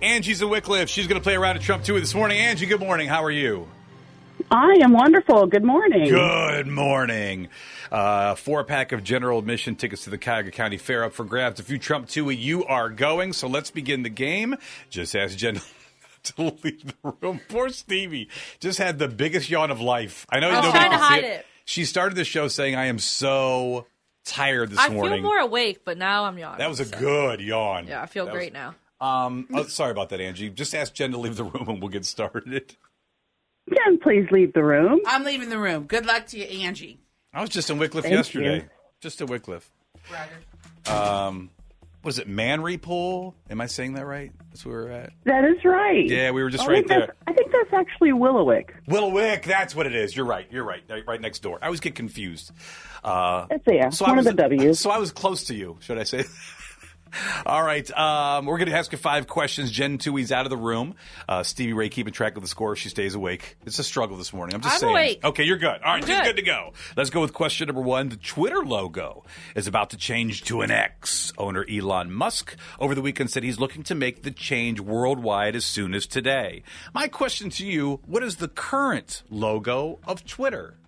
Angie's a Wycliffe. She's going to play around at Trump 2 this morning. Angie, good morning. How are you? I am wonderful. Good morning. Good morning. Uh, four pack of general admission tickets to the Cuyahoga County Fair up for grabs. If you Trump 2, you are going. So let's begin the game. Just ask Jen to leave the room. Poor Stevie just had the biggest yawn of life. I know I was nobody trying to can see hide it. She started the show saying, I am so tired this I morning. feel more awake, but now I'm yawning. that was a so- good yawn. Yeah, I feel That was- great now. Um, oh, sorry about that, Angie. Just ask Jen to leave the room and we'll get started. Jen, please leave the room. I'm leaving the room. Good luck to you, Angie. I was just in Wycliffe Thank yesterday. you. Just in Wycliffe. Um, what is it? Manry Pool? Am I saying that right? That's where we were at. That is right. Oh, Yeah, we were just I right think that's- there. I think that's actually Willowick. Wick. That's what it is. You're right. You're right. Right- Right next door. I always get confused. Uh, It's there. I One of was, the W's. So I was close to you. Should I say? All right, um, we're going to ask you five questions. Jen Tui's out of the room. Uh, Stevie Ray keeping track of the score if she stays awake. It's a struggle this morning. I'm just I'm saying. awake. Okay, you're good. All right, she's good. good to go. Let's go with question number one. The Twitter logo is about to change to an X. Owner Elon Musk over the weekend said he's looking to make the change worldwide as soon as today. My question to you: What is the current logo of Twitter?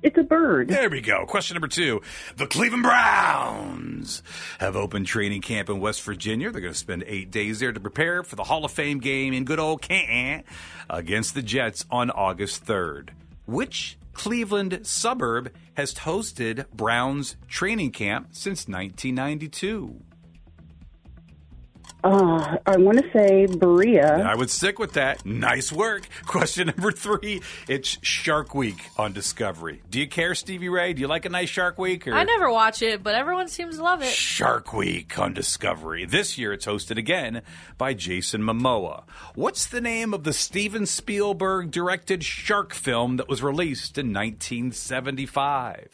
It's a bird. There we go. Question number two. The Cleveland Browns have opened training camp in West Virginia. They're going to spend eight days there to prepare for the Hall of Fame game in good old Canton against the Jets on August 3rd. Which Cleveland suburb has hosted Browns training camp since 1992? Uh, I want to say Berea. I would stick with that. Nice work. Question number three. It's Shark Week on Discovery. Do you care, Stevie Ray? Do you like a nice Shark Week? Or? I never watch it, but everyone seems to love it. Shark Week on Discovery. This year it's hosted again by Jason Momoa. What's the name of the Steven Spielberg directed shark film that was released in 1975?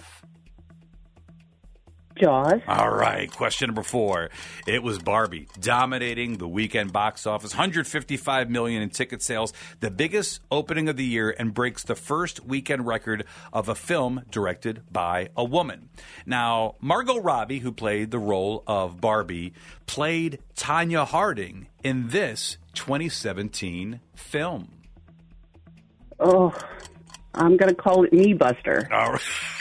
Jaws. All right, question number 4. It was Barbie dominating the weekend box office, 155 million in ticket sales, the biggest opening of the year and breaks the first weekend record of a film directed by a woman. Now, Margot Robbie, who played the role of Barbie, played Tanya Harding in this 2017 film. Oh, I'm going to call it Me Buster. All right.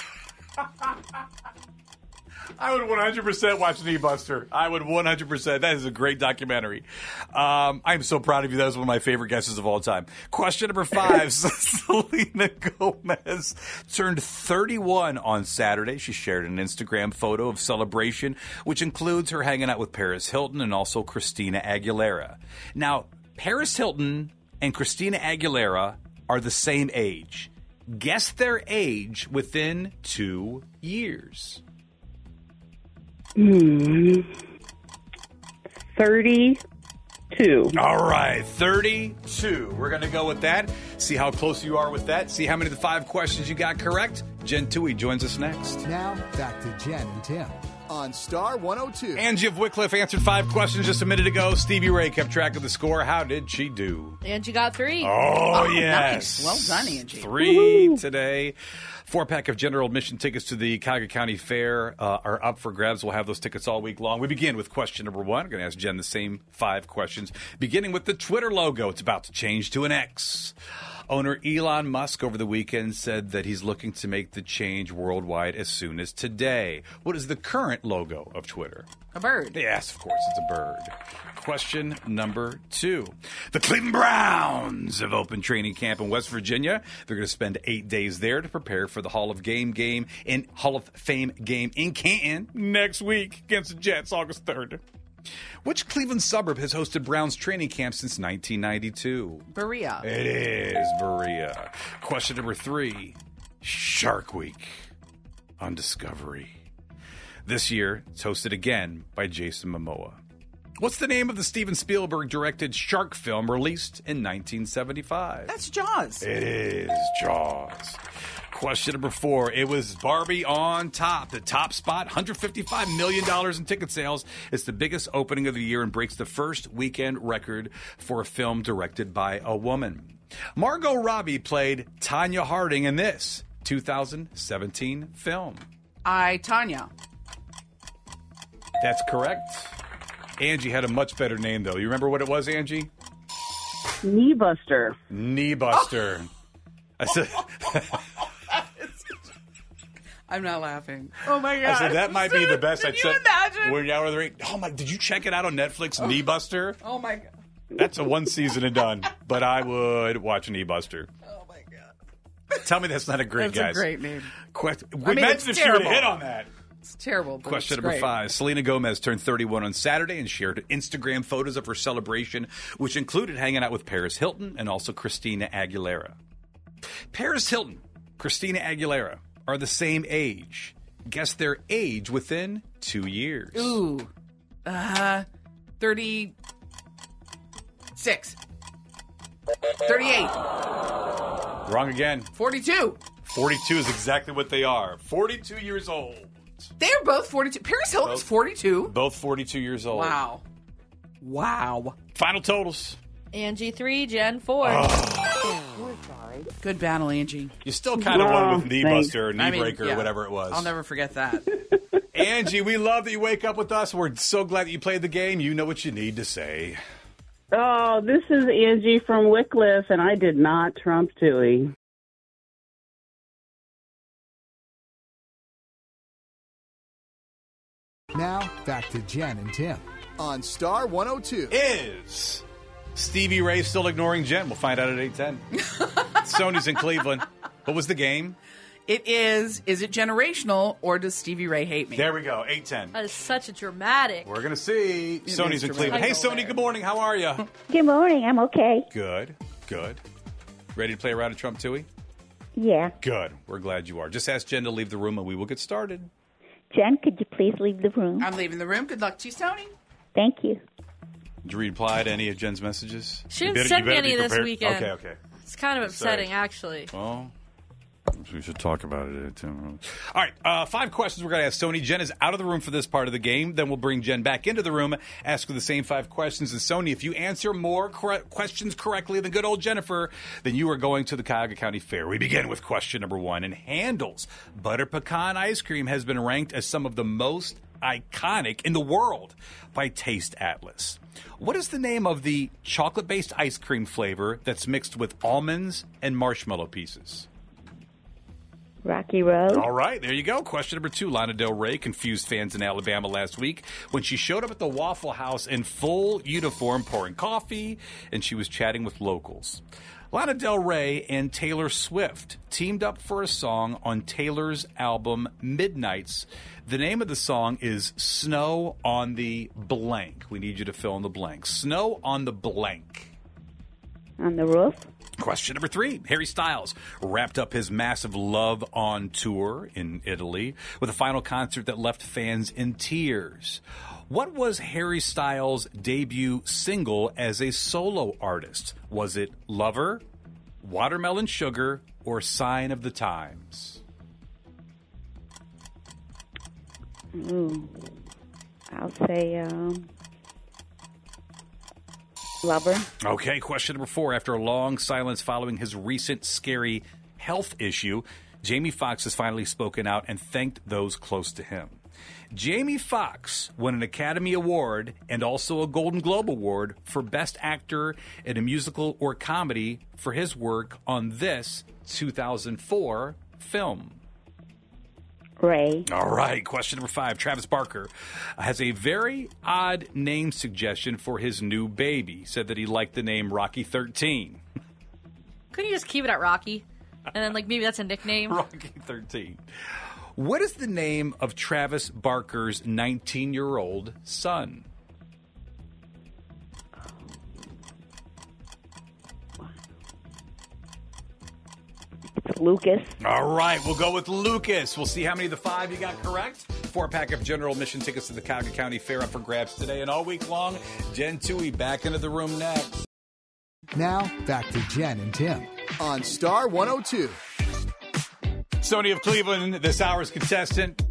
I would 100% watch Knee Buster. I would 100%. That is a great documentary. Um, I'm so proud of you. That was one of my favorite guesses of all time. Question number five Selena Gomez turned 31 on Saturday. She shared an Instagram photo of celebration, which includes her hanging out with Paris Hilton and also Christina Aguilera. Now, Paris Hilton and Christina Aguilera are the same age. Guess their age within two years. Hmm. 32. All right, 32. We're going to go with that. See how close you are with that. See how many of the five questions you got correct. Jen Tui joins us next. Now, back to Jen and Tim on Star 102. Angie of Wycliffe answered five questions just a minute ago. Stevie Ray kept track of the score. How did she do? And you got three. Oh, nice. yes. Well done, Angie. Three today. Four pack of general admission tickets to the Cuyahoga County Fair uh, are up for grabs. We'll have those tickets all week long. We begin with question number one. I'm going to ask Jen the same five questions, beginning with the Twitter logo. It's about to change to an X. Owner Elon Musk over the weekend said that he's looking to make the change worldwide as soon as today. What is the current logo of Twitter? A bird. Yes, of course, it's a bird. Question number two. The Cleveland Browns have opened training camp in West Virginia. They're going to spend eight days there to prepare for the Hall of Game game and Hall of Fame game in Canton next week against the Jets, August 3rd. Which Cleveland suburb has hosted Browns training camp since 1992? Berea. It is Berea. Question number three Shark Week on Discovery. This year, it's hosted again by Jason Momoa. What's the name of the Steven Spielberg directed shark film released in 1975? That's Jaws. It is Jaws. Question number four. It was Barbie on top. The top spot, $155 million in ticket sales. It's the biggest opening of the year and breaks the first weekend record for a film directed by a woman. Margot Robbie played Tanya Harding in this 2017 film. I, Tanya. That's correct. Angie had a much better name, though. You remember what it was, Angie? Knee buster. Kneebuster. I said, I'm not laughing. Oh my I god. said that might be the best. Can I'd you said, imagine? When you were the ring. Oh my! Did you check it out on Netflix? Kneebuster. oh my god. That's a one season and done. But I would watch Kneebuster. Oh my god. Tell me that's not a great guys. That's a great name. Quest- mean, Imagine it's if she would terrible. hit on that. It's terrible. but Question it's number great. five. Selena Gomez turned 31 on Saturday and shared Instagram photos of her celebration, which included hanging out with Paris Hilton and also Christina Aguilera. Paris Hilton, Christina Aguilera are the same age. Guess their age within two years. Ooh. Uh, 36. 38. Wrong again. 42. 42 is exactly what they are. 42 years old. They're both 42. Paris Hilton's 42. Both 42 years old. Wow. Wow. Final totals. Angie three, Jen four. Good battle, Angie. You still kind of Wow, won with knee thanks. buster or knee I mean, breaker yeah. or whatever it was. I'll never forget that. Angie, we love that you wake up with us. We're so glad that you played the game. You know what you need to say. Oh, this is Angie from Wycliffe, and I did not trump Dewey. Now, back to Jen and Tim on Star 102. Is Stevie Ray still ignoring Jen? We'll find out at 810. Sony's in Cleveland. What was the game? it is, is it generational or does Stevie Ray hate me? There we go, 810. That is such a dramatic. We're going to see. Sony's in Cleveland. Hey, Sony, good morning. How are you? Good morning. I'm okay. Good, good. Ready to play around a Trump Tui? Yeah. Good. We're glad you are. Just ask Jen to leave the room and we will get started. Jen, could you please leave the Uh. room? I'm leaving the room. Good luck to you, Tony. Thank you. Did you reply to any of Jen's messages? She You didn't better- send you me better be any this prepared. weekend. Okay, okay. It's kind of Sorry. upsetting, actually. Well, we should talk about it at 10 minutes. All right, uh, five questions we're going to ask Sony. Jen is out of the room for this part of the game. Then we'll bring Jen back into the room, ask her the same five questions. And Sony, if you answer more cor- questions correctly than good old Jennifer, then you are going to the Cuyahoga County Fair. We begin with question number one. And handles butter pecan ice cream has been ranked as some of the most iconic in the world by Taste Atlas. What is the name of the chocolate based ice cream flavor that's mixed with almonds and marshmallow pieces? Rocky Road. All right, there you go. Question number two. Lana Del Rey confused fans in Alabama last week when she showed up at the Waffle House in full uniform, pouring coffee, and she was chatting with locals. Lana Del Rey and Taylor Swift teamed up for a song on Taylor's album Midnights. The name of the song is Snow on the Blank. We need you to fill in the blank. Snow on the Blank. On the roof. Question number three Harry Styles wrapped up his massive Love on tour in Italy with a final concert that left fans in tears. What was Harry Styles' debut single as a solo artist? Was it Lover, Watermelon Sugar, or Sign of the Times? Ooh. I'll say, um, lover. Okay, question number four. After a long silence following his recent scary health issue, Jamie Foxx has finally spoken out and thanked those close to him. Jamie Foxx won an Academy Award and also a Golden Globe Award for Best Actor in a Musical or Comedy for his work on this 2004 film. Ray. All right, question number five. Travis Barker has a very odd name suggestion for his new baby. He Said that he liked the name Rocky 13. Couldn't you just keep it at Rocky? And then, like, maybe that's a nickname. Rocky 13. What is the name of Travis Barker's 19 year old son? It's Lucas. All right, we'll go with Lucas. We'll see how many of the five you got correct. Four pack of general mission tickets to the Cuyahoga County Fair up for grabs today and all week long. Jen Tui back into the room next. Now, back to Jen and Tim. on Star 102. Sony of Cleveland, this hour's contestant.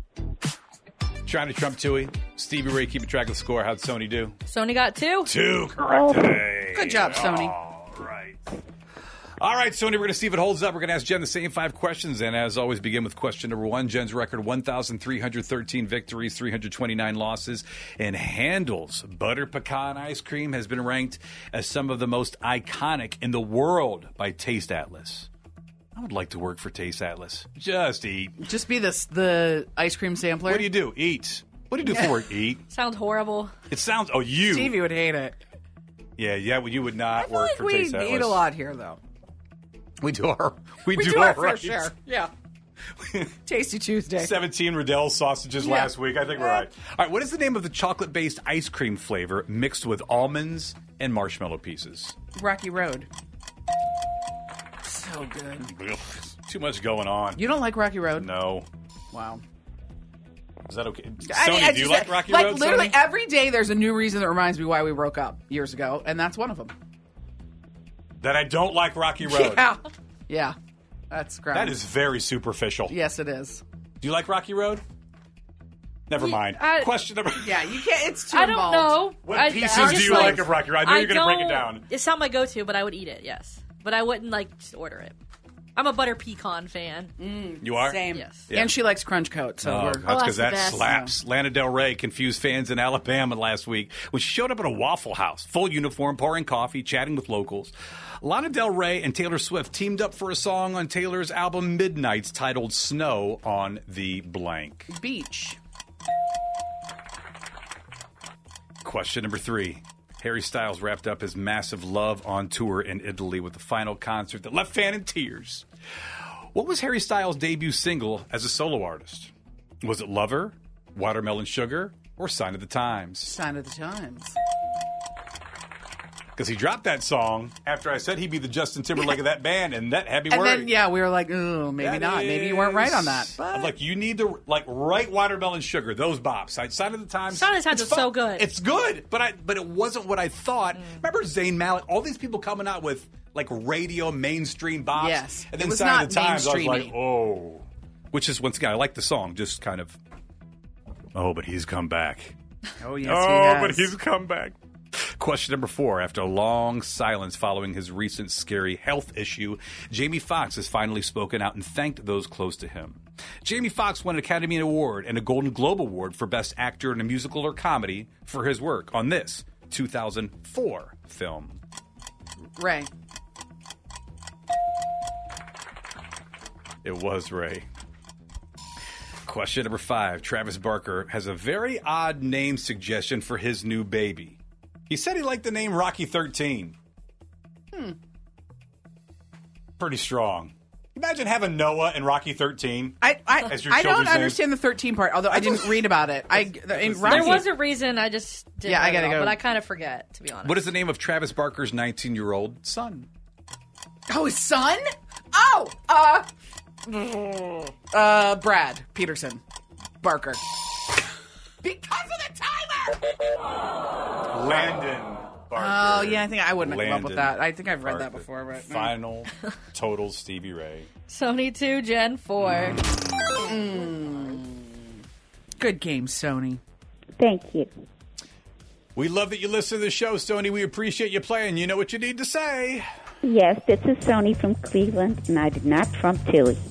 Trying to trump Tui. Stevie Ray keeping track of the score. How'd Sony do? Sony got two. Two correct Oh, today. Good job, Sony. All right. All right, Sony, we're going to see if it holds up. We're going to ask Jen the same five questions. And as always, begin with question number one. Jen's record 1,313 victories, 329 losses, and handles butter pecan ice cream has been ranked as some of the most iconic in the world by Taste Atlas. I would like to work for Taste Atlas. Just eat. Just be this the ice cream sampler. What do you do? Eat. What do you do for work? Eat. Sounds horrible. It sounds. Oh, you. Stevie would hate it. Yeah, yeah. Well, you would not I feel work like for we Taste eat Atlas. a lot here, though. We do our. We, We do, our, our fair share. Yeah. Tasty Tuesday. Seventeen Riddell sausages Yeah. last week. I think we're right. All right. What is the name of the chocolate-based ice cream flavor mixed with almonds and marshmallow pieces? Rocky Road. So good. Ugh, Too much going on. You don't like Rocky Road? no. Wow. Is that okay? Sony, I- I do you just- like Rocky Road? literally Sony? every day, there's a new reason that reminds me why we broke up years ago, and that's one of them. that I don't like Rocky Road. Yeah, yeah, that's gross. That is very superficial. yes, it is. Do you like Rocky Road? Never mind. I- Question number. Yeah, you can't. It's too. I don't involved. know. What I, pieces I do just you like of Rocky Road? I know you're gonna break it don't- down. It's not my go-to, but I would eat it. Yes, but I wouldn't like just order it. I'm a butter pecan fan. You are. Same. Yes. And she likes crunch coat, so Oh, we're. that's that's because the that best. slaps. Lana Del Rey confused fans in Alabama last week when she showed up at a Waffle House, full uniform, pouring coffee, chatting with locals. Lana Del Rey and Taylor Swift teamed up for a song on Taylor's album Midnights titled Snow on the Blank. beach. Question number three. Harry Styles wrapped up his massive love on tour in Italy with the final concert that left fan in tears. What was Harry Styles' debut single as a solo artist? Was it Lover, Watermelon Sugar, or Sign of the Times? Sign of the times. Because he dropped that song after I said he'd be the Justin Timberlake of that band, and that had me And worried. then yeah, we were like, oh, maybe That not. Maybe you weren't right on that. is- But I'm like, you need to like write watermelon sugar. Those bops. I Sign of the Times. Sign of the Times it's was so fun- good. Mm. It's good, but I but it wasn't what I thought. Remember Zayn Malik? All these people coming out with like radio mainstream bops. Yes. and then It was Sign not of the Times. I was like, mainstreamy. oh, which is once again, I like the song, just kind of. Oh, but he's come back. oh yes, he Oh, has. but he's come back. Question number four. After a long silence following his recent scary health issue, Jamie Foxx has finally spoken out and thanked those close to him. Jamie Foxx won an Academy Award and a Golden Globe Award for Best Actor in a Musical or Comedy for his work on this 2004 film. Ray. It was Ray. Question number five Travis Barker has a very odd name suggestion for his new baby. He said he liked the name Rocky 13. Hmm. Pretty strong. Imagine having Noah and Rocky 13. I I, As your I don't children's name. understand the thirteen part. Although I didn't read about it. I in Rocky, There was a reason I just didn't Yeah, write I it gotta all, go. but I kind of forget to be honest. What is the name of Travis Barker's 19 year old son? oh his son. Oh uh uh Brad Peterson Barker because of the timer. Landon Barker. Oh yeah, I think I wouldn't have come up with Landon that. I think I've read that Barker. before, but hmm. Final total Stevie Ray. Sony two, Gen Mm. four. good game, Sony. Thank you. We love that you listen to the show, Sony. We appreciate you playing. You know what you need to say. Yes, this is Sony from Cleveland, and I did not trump Tilly. Mm,